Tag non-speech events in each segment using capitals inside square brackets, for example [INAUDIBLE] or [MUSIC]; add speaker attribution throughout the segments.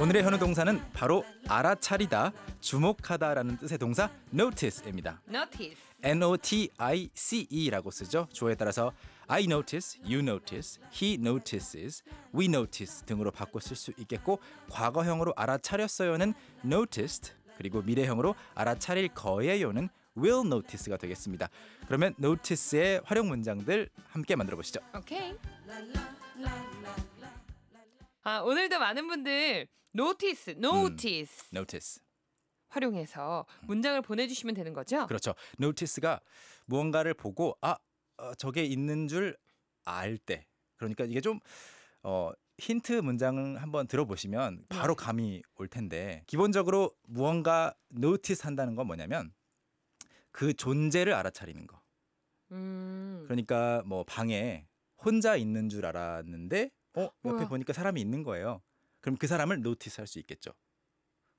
Speaker 1: 오늘의 현우 동사는 바로 알아차리다, 주목하다라는 뜻의 동사 notice입니다.
Speaker 2: notice.
Speaker 1: N O T I C E라고 쓰죠. 주어에 따라서 I notice, you notice, he notices, we notice 등으로 바꿔 쓸 수 있겠고 과거형으로 알아차렸어요는 noticed 그리고 미래형으로 알아차릴 거예요는 will notice가 되겠습니다. 그러면 notice의 활용 문장들 함께 만들어 보시죠.
Speaker 2: 오케이. 아 오늘도 많은 분들 notice,
Speaker 1: 음.
Speaker 2: notice
Speaker 1: notice.
Speaker 2: 활용해서 문장을 보내주시면 되는 거죠.
Speaker 1: 그렇죠. notice가 무언가를 보고 아 어, 저게 있는 줄 알 때 그러니까 이게 좀 어, 힌트 문장을 한번 들어보시면
Speaker 2: 네.
Speaker 1: 바로 감이 올 텐데 기본적으로 무언가 notice 한다는 건 뭐냐면 그 존재를 알아차리는 거.
Speaker 2: 음.
Speaker 1: 그러니까 뭐 방에 혼자 있는 줄 알았는데 어 옆에
Speaker 2: 우와.
Speaker 1: 보니까 사람이 있는 거예요. 그럼 그 사람을 notice 할 수 있겠죠.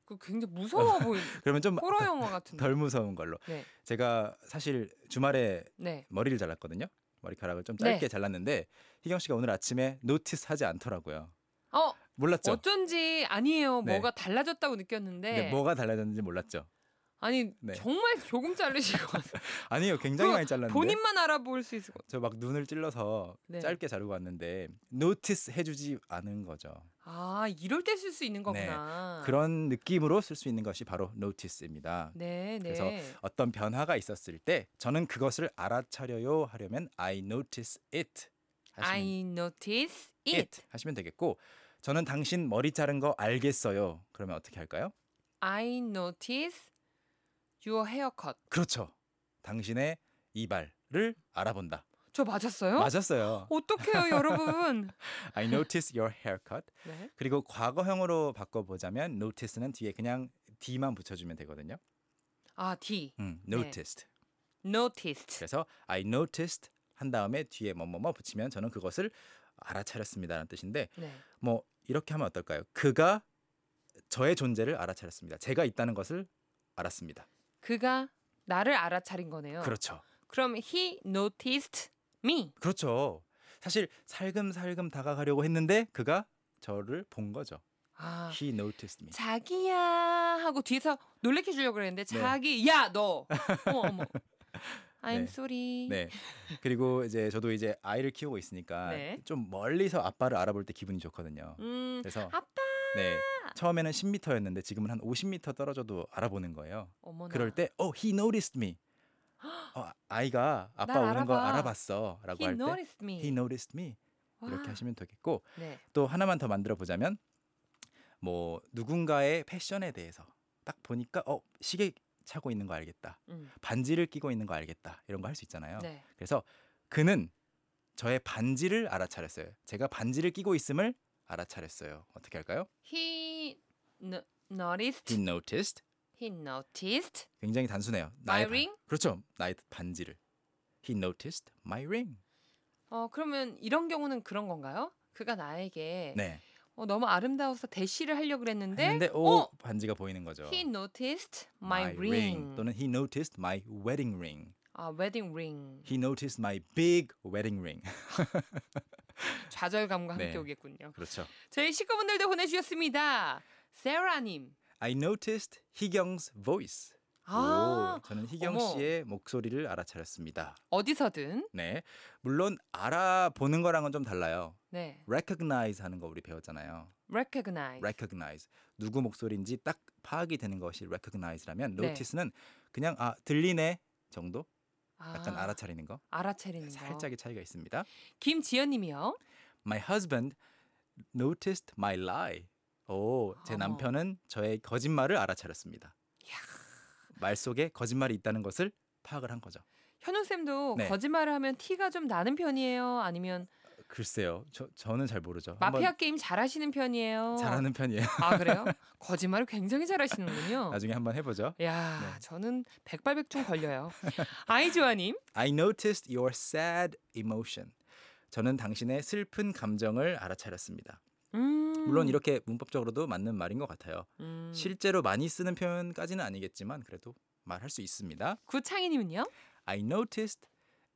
Speaker 2: 그 굉장히
Speaker 1: [LAUGHS]
Speaker 2: 무서워 보이는
Speaker 1: 그러면 좀
Speaker 2: 호러 영화 같은데.
Speaker 1: 덜 무서운 걸로.
Speaker 2: 네.
Speaker 1: 제가 사실 주말에
Speaker 2: 네.
Speaker 1: 머리를 잘랐거든요. 머리카락을 좀
Speaker 2: 네.
Speaker 1: 짧게 잘랐는데 희경 씨가 오늘 아침에 노티스 하지 않더라고요.
Speaker 2: 어 네.
Speaker 1: 몰랐죠?
Speaker 2: 어쩐지 아니에요.
Speaker 1: 네.
Speaker 2: 뭐가 달라졌다고 느꼈는데.
Speaker 1: 근데 뭐가 달라졌는지 몰랐죠.
Speaker 2: 아니
Speaker 1: 네.
Speaker 2: 정말 조금 자르시고 왔어요.
Speaker 1: 아니요, 굉장히
Speaker 2: 그
Speaker 1: 많이 잘랐는데.
Speaker 2: 본인만 알아볼 수 있을 것
Speaker 1: 저 막 눈을 찔러서
Speaker 2: 네.
Speaker 1: 짧게 자르고 왔는데 노티스 해주지 않은 거죠.
Speaker 2: 같아요. 아 이럴 때 쓸 수 있는
Speaker 1: 네.
Speaker 2: 거구나.
Speaker 1: 그런 느낌으로 쓸 수 있는 것이 바로 노티스입니다.
Speaker 2: 아. 네, 네.
Speaker 1: 그래서 어떤 변화가 있었을 때 저는 그것을 알아차려요 하려면 I notice it 하시면
Speaker 2: I notice it.
Speaker 1: it 하시면 되겠고 저는 당신 머리 자른 거 알겠어요. 그러면 어떻게 할까요?
Speaker 2: I notice your haircut.
Speaker 1: 그렇죠. 당신의 이발을 알아본다.
Speaker 2: 저 맞았어요?
Speaker 1: 맞았어요.
Speaker 2: 어떡해요,
Speaker 1: [LAUGHS]
Speaker 2: 여러분?
Speaker 1: I notice your haircut.
Speaker 2: 네.
Speaker 1: 그리고 과거형으로 바꿔보자면 notice는 뒤에 그냥 d만 붙여주면 되거든요.
Speaker 2: 아, D.
Speaker 1: 음, noticed.
Speaker 2: noticed.
Speaker 1: 그래서 I noticed 한 다음에 뒤에 뭐뭐뭐 붙이면 저는 그것을 알아차렸습니다라는 뜻인데
Speaker 2: 네.
Speaker 1: 뭐 이렇게 하면 어떨까요? 그가 저의 존재를 알아차렸습니다. 제가 있다는 것을 알았습니다.
Speaker 2: 그가 나를 알아차린 거네요.
Speaker 1: 그렇죠.
Speaker 2: 그럼 he noticed me.
Speaker 1: 그렇죠. 사실 살금살금 다가가려고 했는데 그가 저를 본 거죠.
Speaker 2: 아.
Speaker 1: He noticed me.
Speaker 2: 자기야 하고 뒤에서 놀래켜 주려고 그랬는데 자기
Speaker 1: [LAUGHS]
Speaker 2: 야너 어머 어머 I'm
Speaker 1: 네.
Speaker 2: sorry
Speaker 1: 네. 그리고 이제 저도 이제 아이를 키우고 있으니까
Speaker 2: 네.
Speaker 1: 좀 멀리서 아빠를 알아볼 때 기분이 좋거든요.
Speaker 2: 음
Speaker 1: 그래서
Speaker 2: 아빠
Speaker 1: 네. 처음에는 10m였는데 지금은 한 50m 떨어져도 알아보는 거예요.
Speaker 2: 어머나
Speaker 1: 그럴 때 "Oh, he noticed me." 어, 아이가 아빠
Speaker 2: 날
Speaker 1: 오는 걸
Speaker 2: 알아봐.
Speaker 1: 알아봤어라고
Speaker 2: he
Speaker 1: 할 때
Speaker 2: noticed me
Speaker 1: "He noticed me." 이렇게
Speaker 2: 와.
Speaker 1: 하시면 되겠고
Speaker 2: 네.
Speaker 1: 또 하나만 더 만들어 보자면 뭐 누군가의 패션에 대해서 딱 보니까 어 시계 차고 있는 거 알겠다
Speaker 2: 음.
Speaker 1: 반지를 끼고 있는 거 알겠다 이런 거 할 수 있잖아요
Speaker 2: 네.
Speaker 1: 그래서 그는 저의 반지를 알아차렸어요 제가 반지를 끼고 있음을 알아차렸어요 어떻게 할까요
Speaker 2: He no, noticed.
Speaker 1: he noticed
Speaker 2: He noticed.
Speaker 1: 굉장히 단순해요
Speaker 2: My
Speaker 1: 반-
Speaker 2: ring?
Speaker 1: 그렇죠 나의 반지를 he noticed my ring
Speaker 2: 어 그러면 이런 경우는 그런 건가요? 그가 나에게
Speaker 1: 네
Speaker 2: 어, 너무 아름다워서 대시를 하려고 그랬는데
Speaker 1: 근데 오
Speaker 2: 어,
Speaker 1: 반지가 보이는 거죠
Speaker 2: he noticed my,
Speaker 1: My
Speaker 2: ring.
Speaker 1: 또는 he noticed my wedding ring
Speaker 2: 아 wedding ring.
Speaker 1: He noticed my big wedding ring. [LAUGHS]
Speaker 2: 좌절감과 함께
Speaker 1: 네.
Speaker 2: 오겠군요.
Speaker 1: 그렇죠.
Speaker 2: 저희 식구분들도 보내주셨습니다. 세라님.
Speaker 1: I noticed 희경's voice.
Speaker 2: 아
Speaker 1: 오, 저는 희경
Speaker 2: 어머.
Speaker 1: 씨의 목소리를 알아차렸습니다.
Speaker 2: 어디서든.
Speaker 1: 네, 물론 알아보는 거랑은 좀 달라요.
Speaker 2: 네.
Speaker 1: recognize 하는 거 우리 배웠잖아요.
Speaker 2: Recognize.
Speaker 1: recognize 누구 목소리인지 딱 파악이 되는 것이 recognize라면
Speaker 2: 네.
Speaker 1: notice는 그냥 아 들리네 정도 약간
Speaker 2: 아, 네.
Speaker 1: 알아차리는 거
Speaker 2: 알아차리는 거.
Speaker 1: 살짝의 차이가 있습니다.
Speaker 2: 김지연님이요.
Speaker 1: My husband noticed my lie. 오, 제
Speaker 2: 어머.
Speaker 1: 남편은 저의 거짓말을 알아차렸습니다. 말 속에 거짓말이 있다는 것을 파악을 한 거죠.
Speaker 2: 현우 쌤도
Speaker 1: 네.
Speaker 2: 거짓말을 하면 티가 좀 나는 편이에요. 아니면
Speaker 1: 글쎄요, 저 저는 잘 모르죠. 한번
Speaker 2: 마피아 게임 잘하시는 편이에요.
Speaker 1: 잘하는 편이에요. [LAUGHS]
Speaker 2: 아 그래요? 거짓말을 굉장히 잘하시는군요.
Speaker 1: 나중에 한번 해보죠.
Speaker 2: 야,
Speaker 1: 아, 네.
Speaker 2: 저는 백발백중 걸려요. 아이조아님,
Speaker 1: I noticed your sad emotion. 저는 당신의 슬픈 감정을 알아차렸습니다.
Speaker 2: 음,
Speaker 1: 물론 이렇게 문법적으로도 맞는 말인 것 같아요.
Speaker 2: 음.
Speaker 1: 실제로 많이 쓰는 표현까지는 아니겠지만 그래도 말할 수 있습니다.
Speaker 2: 구창희님은요?
Speaker 1: I noticed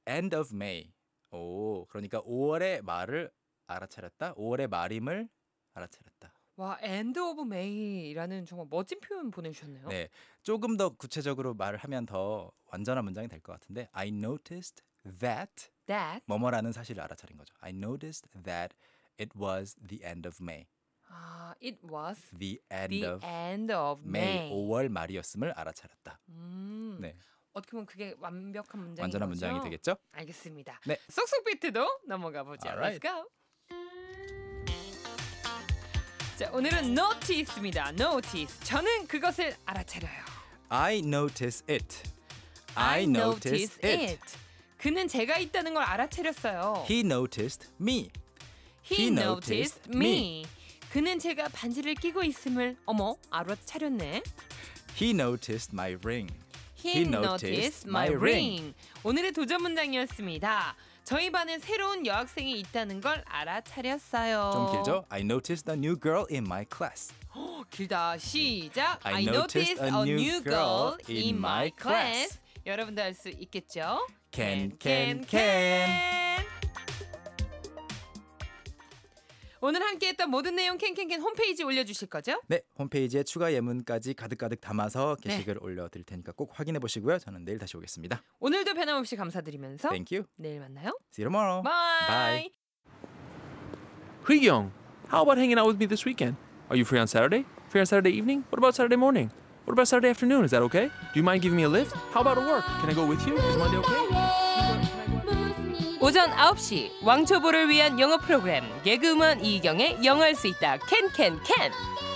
Speaker 1: end of May. 오, 그러니까 5월의 말을 알아차렸다. 5월의 말임을 알아차렸다.
Speaker 2: 와, end of May라는 정말 멋진 표현 보내주셨네요.
Speaker 1: 네, 조금 더 구체적으로 말을 하면 더 완전한 문장이 될 것 같은데 I noticed that
Speaker 2: That.
Speaker 1: 뭐뭐라는 사실을 알아차린 거죠. I noticed that it was the end of May.
Speaker 2: 아, it was
Speaker 1: The end
Speaker 2: the
Speaker 1: of
Speaker 2: end of
Speaker 1: May.
Speaker 2: May.
Speaker 1: 5월 말이었음을 알아차렸다.
Speaker 2: 음.
Speaker 1: 네,
Speaker 2: 어떻게 보면 그게 완벽한 문장인
Speaker 1: 완전한
Speaker 2: 거죠?
Speaker 1: 문장이 되겠죠?
Speaker 2: 알겠습니다.
Speaker 1: 네.
Speaker 2: 쏙쏙 비트도 넘어가 보죠.
Speaker 1: Alright.
Speaker 2: Let's go. 자, 오늘은 notice입니다. notice. 저는 그것을 알아차려요.
Speaker 1: I notice it. I notice it.
Speaker 2: 그는 제가 있다는 걸 알아차렸어요.
Speaker 1: He noticed me.
Speaker 2: He
Speaker 1: he
Speaker 2: noticed
Speaker 1: noticed
Speaker 2: me. 그는 제가 반지를 끼고 있음을 어머 알아차렸네.
Speaker 1: He noticed my ring.
Speaker 2: He noticed my ring. 오늘의 도전 문장이었습니다. 저희 반에 새로운 여학생이 있다는 걸 알아차렸어요.
Speaker 1: 좀 길죠? I noticed a new girl in my class.
Speaker 2: 어, 길다. 시작. I, noticed, a new girl in my class. 여러분도 알 수 있겠죠?
Speaker 1: Can, can, can.
Speaker 2: 오늘 함께했던 모든 내용 캔캔캔 홈페이지 올려주실 거죠?
Speaker 1: 네, 홈페이지에 추가 예문까지 가득가득 담아서
Speaker 2: 네.
Speaker 1: 게시글 올려드릴 테니까 꼭 확인해 보시고요. 저는 내일 다시 오겠습니다.
Speaker 2: 오늘도 변함없이 감사드리면서
Speaker 1: Thank you.
Speaker 2: 내일 만나요.
Speaker 1: See you tomorrow.
Speaker 2: Bye.
Speaker 1: Bye.
Speaker 3: Young, how about hanging out with me this weekend? Are you free on Saturday? Free on Saturday evening? What about Saturday morning? What about Saturday afternoon? Is that okay? Do you mind giving me a lift? How about at work? Can I go with you? Is Monday okay?
Speaker 2: 오전 9시 왕초보를 위한 영어 프로그램 개그우먼 이경의 영어할 수 있다 캔캔캔